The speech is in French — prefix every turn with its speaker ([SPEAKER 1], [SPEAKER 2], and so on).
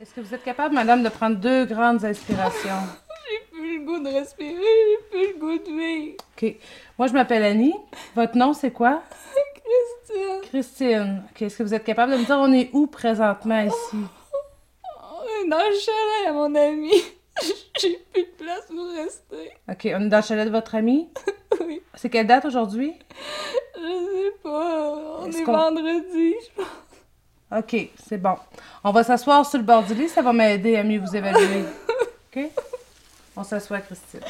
[SPEAKER 1] Est-ce que vous êtes capable, madame, de prendre deux grandes inspirations?
[SPEAKER 2] J'ai plus le goût de respirer, j'ai plus le goût de vivre.
[SPEAKER 1] OK. Moi, je m'appelle Annie. Votre nom, c'est quoi?
[SPEAKER 2] Christian,
[SPEAKER 1] Christine. OK. Est-ce que vous êtes capable de me dire on est où présentement ici?
[SPEAKER 2] on est dans le chalet à mon ami. J'ai plus de place pour rester.
[SPEAKER 1] OK. On est dans le chalet de votre ami?
[SPEAKER 2] Oui.
[SPEAKER 1] C'est quelle date aujourd'hui?
[SPEAKER 2] Je sais pas. On
[SPEAKER 1] Est-ce
[SPEAKER 2] est,
[SPEAKER 1] qu'on-
[SPEAKER 2] vendredi. je pense.
[SPEAKER 1] OK. C'est bon. On va s'asseoir sur le bord du lit. Ça va m'aider à mieux vous évaluer. OK? On s'assoit, Christine.